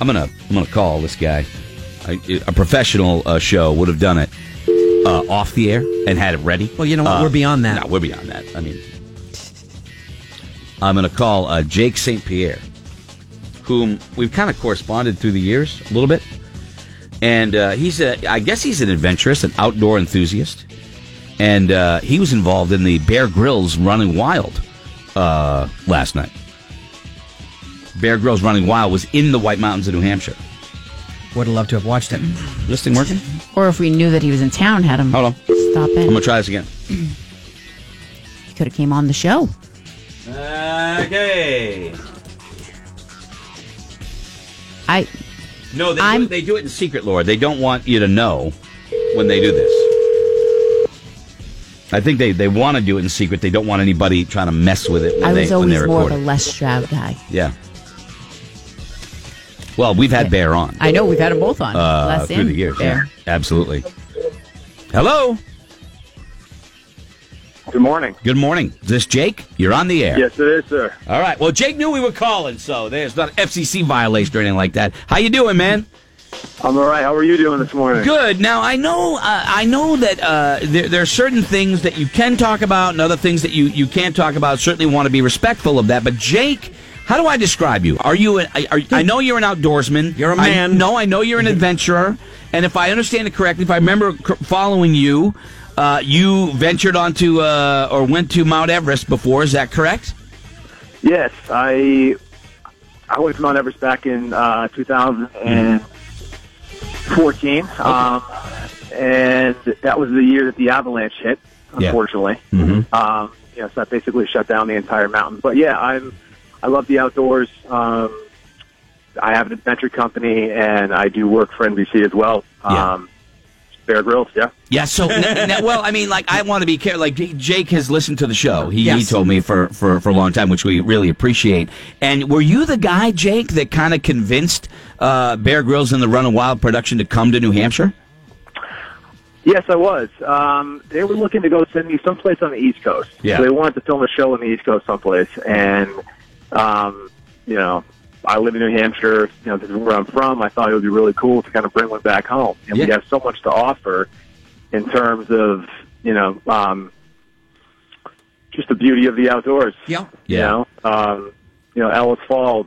I'm gonna I'm gonna call this guy. A, a professional uh, show would have done it uh, off the air and had it ready. Well, you know what? Uh, We're beyond that. No, we're beyond that. I mean, I'm gonna call uh, Jake St. Pierre, whom we've kind of corresponded through the years a little bit, and uh, he's a I guess he's an adventurous, an outdoor enthusiast, and uh, he was involved in the Bear Grylls Running Wild uh, last night. Bear Grylls Running Wild was in the White Mountains of New Hampshire. Would have loved to have watched it. This thing working? Or if we knew that he was in town, had him Hold on. stop I'm in. gonna try this again. he could have came on the show. Okay. I No, they do, I'm- it- they do it in secret, Lord. They don't want you to know when they do this. I think they, they want to do it in secret. They don't want anybody trying to mess with it when I they was when they always more record of a it. Les Stroud guy. Yeah. Well, we've had Yeah. Bear on I know we've had them both on uh, Les through and the years. Bear. Yeah, absolutely. Hello. Good morning. Good morning. Is this Jake? You're on the air. Yes, it is, sir. All right. Well, Jake knew we were calling, so there's not an FCC violation or anything like that. How you doing, man? I'm all right. How are you doing this morning? Good. Now I know uh, I know that uh, there, there are certain things that you can talk about and other things that you, you can't talk about. Certainly want to be respectful of that. But Jake, how do I describe you? Are you? An, I- are, I know you're an outdoorsman. You're a I- man. no, I know you're an adventurer. And if I understand it correctly, if I remember c- following you, uh, you ventured onto uh, or went to Mount Everest before. Is that correct? Yes, I I went to Mount Everest back in uh, 2014, um, and that was the year that the avalanche hit. Yeah. Unfortunately, um, you know, so that basically shut down the entire mountain. But yeah, I'm I love the outdoors. Um, I have an adventure company, and I do work for NBC as well. Yeah. Um, Bear Grylls, yeah. Yeah. So, n- n- well, I mean, like, I want to be careful. Like, J- Jake has listened to the show. He, he Yes. told me for, for, for a long time, which we really appreciate. And were you the guy, Jake, that kind of convinced uh, Bear Grylls and the Run of Wild production to come to New Hampshire? Yes, I was. Um, they were looking to go send me someplace on the East Coast. Yeah. So they wanted to film a show on the East Coast someplace, and um, you know, I live in New Hampshire. You know, this is where I'm from. I thought it would be really cool to kind of bring one back home, and we Yeah. have so much to offer in terms of you know, um, just the beauty of the outdoors. Yeah. Yeah. You know, um, you know, Ellis Falls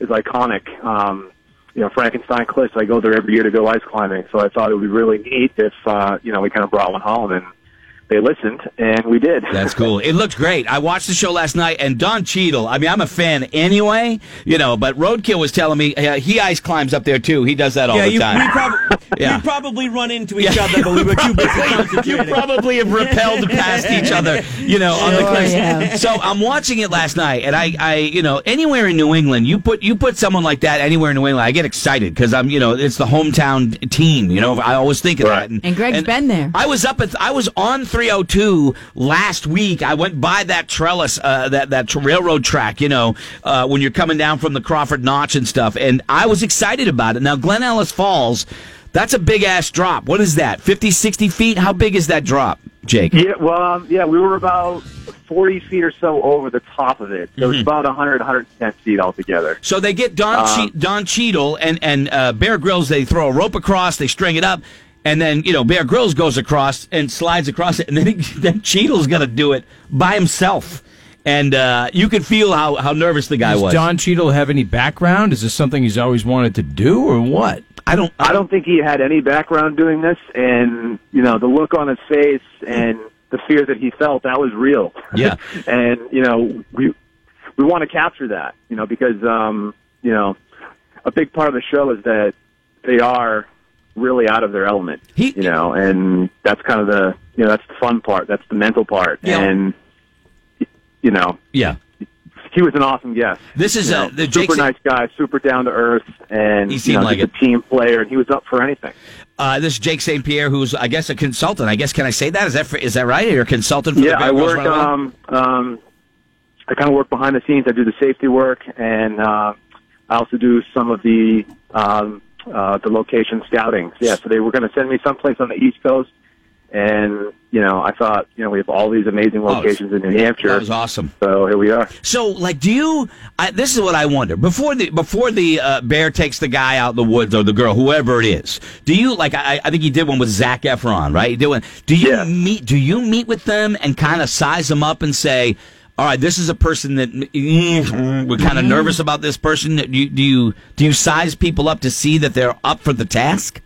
is iconic. Um, you know, Frankenstein Cliffs. I go there every year to go ice climbing, so I thought it would be really neat if uh, you know we kind of brought one home, and they listened, and we did. That's cool. It looked great. I watched the show last night, and Don Cheadle. I mean, I'm a fan anyway, you know. But Roadkill was telling me uh, he ice climbs up there too. He does that all yeah, the you, time. We, prob- Yeah. we probably run into each Yeah. other, but we were too busy you concentrating. probably have repelled past each other, you know, on the Sure cliffs. have. So I'm watching it last night, and I, I, you know, anywhere in New England, you put you put someone like that anywhere in New England, I get excited because I'm, you know, it's the hometown team. You know, I always think of Right. that. And Greg's been there. I was up at I was on 302 last week. I went by that trellis, uh, that that tr- railroad track. You know, uh, when you're coming down from the Crawford Notch and stuff, and I was excited about it. Now Glen Ellis Falls, that's a big ass drop. What is that? 50, 60 feet? How big is that drop, Jake? Yeah, well, um, yeah, we were about 40 feet or so over the top of it. So it was about 100, 110 feet altogether. So they get Don Um, che- Don Cheadle and and uh, Bear Grylls. They throw a rope across. They string it up. And then you know Bear Grylls goes across and slides across it, and then, he, then Cheadle's got to do it by himself, and uh, you could feel how, how nervous the guy Does was. Don Cheadle have any background? Is this something he's always wanted to do, or what? I don't. I don't think he had any background doing this, and you know the look on his face and the fear that he felt that was real. Yeah. and you know we we want to capture that, you know, because um, you know a big part of the show is that they are really out of their element, He- you know, and that's kind of the you know that's the fun part, that's the mental part, Yeah. and you know Yeah. he was an awesome guest. This is, You uh, know, the super Jake's- nice guy, super down to earth, and He seemed you know, like just it. a team player, and he was up for anything. Uh, this is Jake St. Pierre, who's I guess a consultant. I guess can I say that? Is that for, is that right? You're a consultant for the yeah, Bear I Grylls work. Runaway? Um, um, I kind of work behind the scenes. I do the safety work, and uh, I also do some of the um, uh, the location scouting. Yeah, so they were going to send me someplace on the East Coast, And you know, I thought you know we have all these amazing locations in New Hampshire. Oh, That was awesome. So here we are. So, like, do you? I, this is what I wonder. Before the before the uh, bear takes the guy out in the woods or the girl, whoever it is, do you like? I, I think he did one with Zach Efron, right? You did one. Do you Yeah. meet? Do you meet with them and kind of size them up and say, "All right, this is a person that mm, we're kind of nervous about. This person. Do you, do you do you size people up to see that they're up for the task?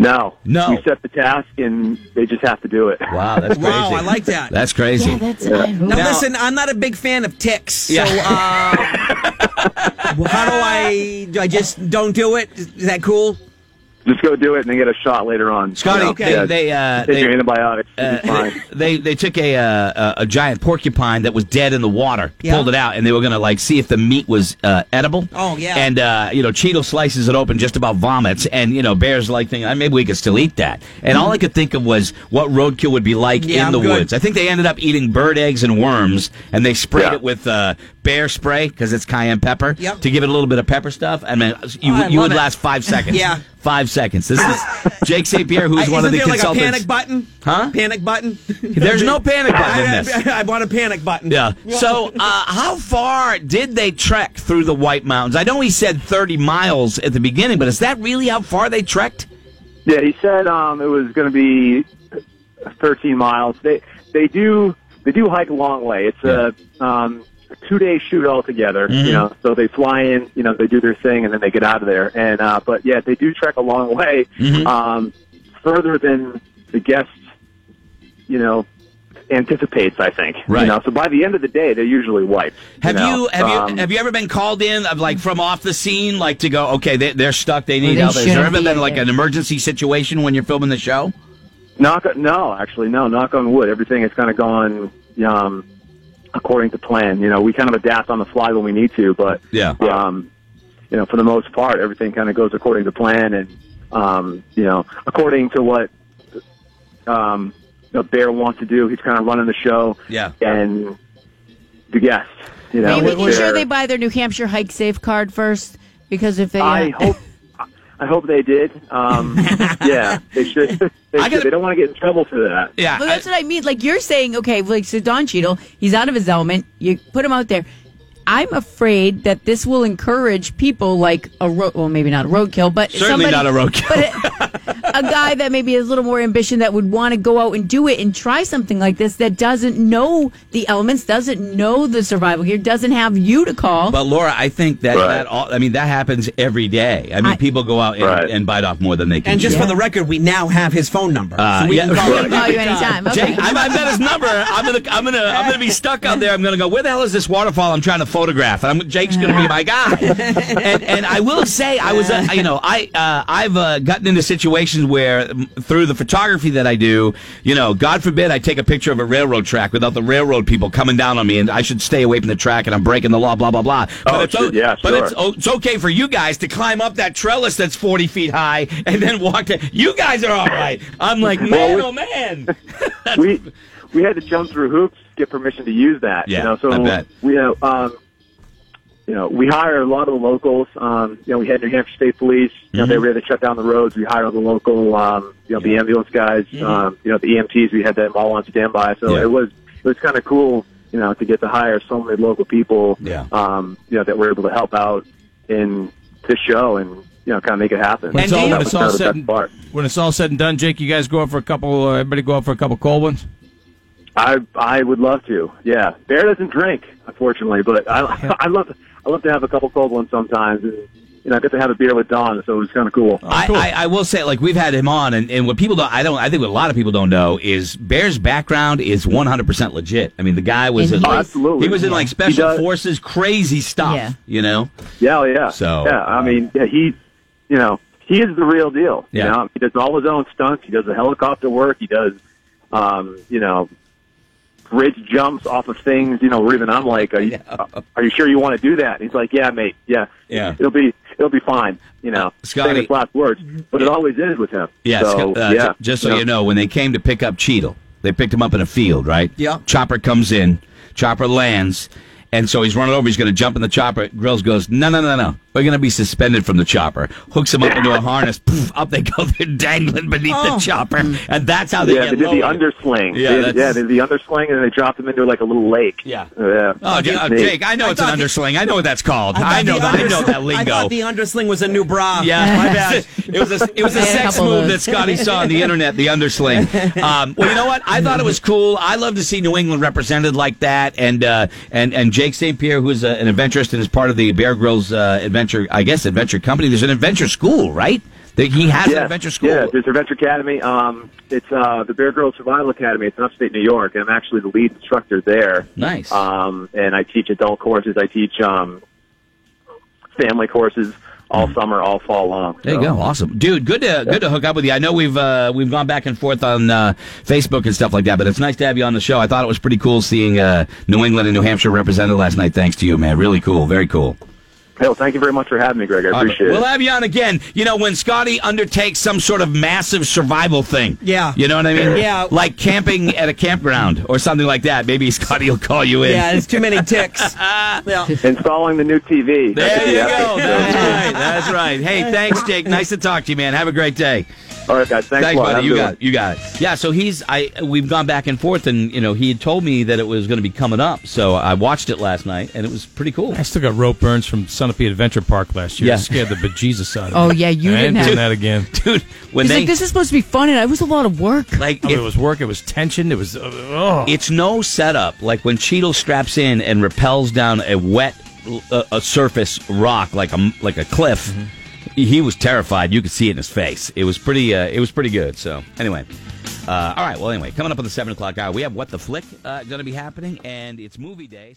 No, No. we set the task and they just have to do it. Wow, that's crazy. Wow, I like that. That's crazy. Yeah, that's I Now, Now- listen, I'm not a big fan of ticks. Yeah. So uh, how do I? Do I just don't do it? Is is that cool? Just go do it and then get a shot later on. Scotty, You know, they- yeah, they, uh, take they- your antibiotics. you'll be Uh, fine. they they took a, uh, a a giant porcupine that was dead in the water, Yeah. pulled it out, and they were gonna like see if the meat was uh, edible. Oh, yeah. And uh, you know, Cheeto slices it open, just about vomits, and you know, bears like thinking "Ah, maybe we could still eat that. And all I could think of was what roadkill would be like Yeah, in I'm the good. woods. I think they ended up eating bird eggs and worms, and they sprayed Yeah. it with uh, bear spray because it's cayenne pepper Yep. to give it a little bit of pepper stuff. I mean, you Oh, I you love would it. last five seconds. Yeah. Five seconds. This is Jake St. Pierre, who's I- one of isn't the there like a consultants. panic button? Huh? Panic button? There's no panic button in I, this. I- I want a panic button. Yeah. So, uh, how far did they trek through the White Mountains? I know he said 30 miles at the beginning, but is that really how far they trekked? Yeah, he said um, it was going to be 13 miles. They they do they do hike a long way. It's a um, two day shoot altogether. Mm-hmm. You know, so they fly in, you know, they do their thing, and then they get out of there. And uh, but yeah, they do trek a long way, Mm-hmm. um, further than the guest, you know, anticipates. I think. Right. You know, so by the end of the day, they're usually wiped. Have you, know? you have you Um, have you ever been called in of like from off the scene, like to go? Okay, they, they're stuck. They need they help. Has there shouldn't ever be been in like there. an emergency situation when you're filming the show? Knock no, actually no. Knock on wood. Everything has kind of gone um, according to plan. You know, we kind of adapt on the fly when we need to, but Yeah. um, you know, for the most part, everything kind of goes according to plan, and um, you know, according to what um, the bear wants to do. He's kind of running the show, Yeah. and the guest. You know, Are you with making sure their- they buy their New Hampshire Hike Safe card first? Because if they, I uh, hope. I hope they did. Um, yeah, they should. I They, should. gotta- they don't want to get in trouble for that. Yeah. well, that's what I mean. Like you're saying, okay, like so Don Cheadle, he's out of his element. You put him out there. I'm afraid that this will encourage people like a road, well, maybe not a roadkill, but Certainly somebody- not a roadkill. but a, a guy that maybe has a little more ambition that would want to go out and do it and try something like this that doesn't know the elements, doesn't know the survival gear, doesn't have you to call. But Laura, I think that, Right. that all, I mean that happens every day. I mean, I- people go out and, Right. and bite off more than they can. And just chew. for the record, we now have his phone number. Uh, so we yeah, can call right. him. Call you anytime. Okay. Jake, I've, I've got his number. I'm gonna, I'm gonna, I'm gonna be stuck out there. I'm gonna go. Where the hell is this waterfall? I'm trying to photograph, and I'm, Jake's gonna be my guy. And, and I will say, I was, uh, you know, I, uh, I've uh, gotten into situations where, mm, through the photography that I do, you know, God forbid, I take a picture of a railroad track without the railroad people coming down on me, and I should stay away from the track, and I'm breaking the law, blah blah blah. Oh, it's, sure. o- Yeah, but sure. it's o- it's okay for you guys to climb up that trellis that's 40 feet high and then walk to. You guys are all right. I'm like, man, we- oh man. we we had to jump through hoops to get permission to use that. Yeah, you know, so I bet. we have um, you know we hire a lot of the locals. Um, you know, we had New Hampshire State Police. You know, Mm-hmm. they were there to shut down the roads. We hired all the local, um, you know, the ambulance guys. Um, you know, the EMTs. We had them all on standby. So Mm-hmm. Yeah. it was it was kind of cool. You know, to get to hire so many local people. Yeah. Um, you know, that were able to help out in this show and you know kind of make it happen. When it's, all, That when, was it's all kind of the said best and, part. when it's all said and done, Jake, you guys go out for a couple. Uh, everybody go out for a couple cold ones. I I would love to. Yeah, Bear doesn't drink, unfortunately, but I I love I love to have a couple cold ones sometimes. And, you know, I get to have a beer with Don, so it was kind of Oh, cool. I, I, I will say, like we've had him on, and, and what people don't, I don't, I think what a lot of people don't know is Bear's background is 100 percent legit. I mean, the guy was in, And he like, is. Absolutely. he was in like He special does- forces, crazy stuff. Yeah. You know, Yeah, oh, yeah. So, uh, yeah, I mean, yeah, he, you know, he is the real deal. Yeah. You know, he does all his own stunts. He does the helicopter work. He does, um, you know, bridge jumps off of things. You know, where even I'm like, are you, uh, are you sure you want to do that? And he's like, yeah, mate, yeah, Yeah. Uh, it'll be it'll be fine. You know, Scotty- famous last words, but it always is with him. yeah. so, Scott, uh, yeah. j- just so you know, when they came to pick up Cheadle, they picked him up in a field, right? Yeah. Chopper comes in, chopper lands, and so he's running over. He's going to jump in the chopper. Grills goes, no, no, no, no. They're going to be suspended from the chopper. Hooks them up into a harness. Poof, up they go. They're dangling beneath the chopper, and that's how they get yeah, they did the lowered. undersling. Yeah, they, that's- yeah, they did the undersling, and then they dropped them into like a little lake. Yeah. yeah. Oh, J- uh, They- Jake, I know it's an thought the- undersling. I know what that's called. thought I, know. the that I know undersling- that lingo. I thought the undersling was a new bra. Yeah, my bad. it was a it was I a had a sex couple of move that those. Scotty saw on the internet, the undersling. Um, well, you know what? I thought it was cool. I love to see New England represented like that, and uh, and and Jake St. Pierre, who's uh, an adventurist and is part of the Bear Grylls uh, adventure, I guess, adventure company. There's an adventure school, right? That he has an adventure school. Yeah, there's Adventure Academy. Um, it's uh, the Bear Girl Survival Academy. It's in upstate New York, and I'm actually the lead instructor there. Nice. Um, and I teach adult courses. I teach um, family courses all summer, all fall long. Hmm. There you So- go, awesome, dude. Good to good to hook up with you. I know we've uh, we've gone back and forth on uh, Facebook and stuff like that, but it's nice to have you on the show. I thought it was pretty cool seeing uh, New England and New Hampshire represented last night. Thanks to you, man. Really cool, very cool. Hey, well, thank you very much for having me, Greg. I appreciate We'll it. have you on again. You know, when Scotty undertakes some sort of massive survival thing. Yeah. You know what I mean? Yeah. Like camping at a campground or something like that. Maybe Scotty will call you in. Yeah, there's too many ticks. yeah. Installing the new TV. That There should you be go. epic. That's right. That's right. Hey, thanks, Jake. Nice to talk to you, man. Have a great day. All right, guys. Thanks, a Thanks, lot. Have a buddy. You good got one. it. You got it. Yeah. So he's I we've gone back and forth, and you know he had told me that it was going to be coming up, so I watched it last night, and it was pretty cool. I still got rope burns from Sunapee Adventure Park last year. Yeah. It scared the bejesus out of Oh, me. yeah, you I didn't ain't have- doing that again. Dude, when He's they like, this is supposed to be fun, and it was a lot of work. like I mean, if- Oh, it was work. It was tension. It was uh, oh. it's no setup like when Cheadle straps in and repels down a wet uh, a surface rock like a like a cliff. Mm-hmm. He was terrified. You could see it in his face. It was pretty. Uh, it was pretty good. So anyway, uh, all right. Well, anyway, coming up on the seven o'clock hour, we have what the flick uh, going to be happening, and it's movie day. So.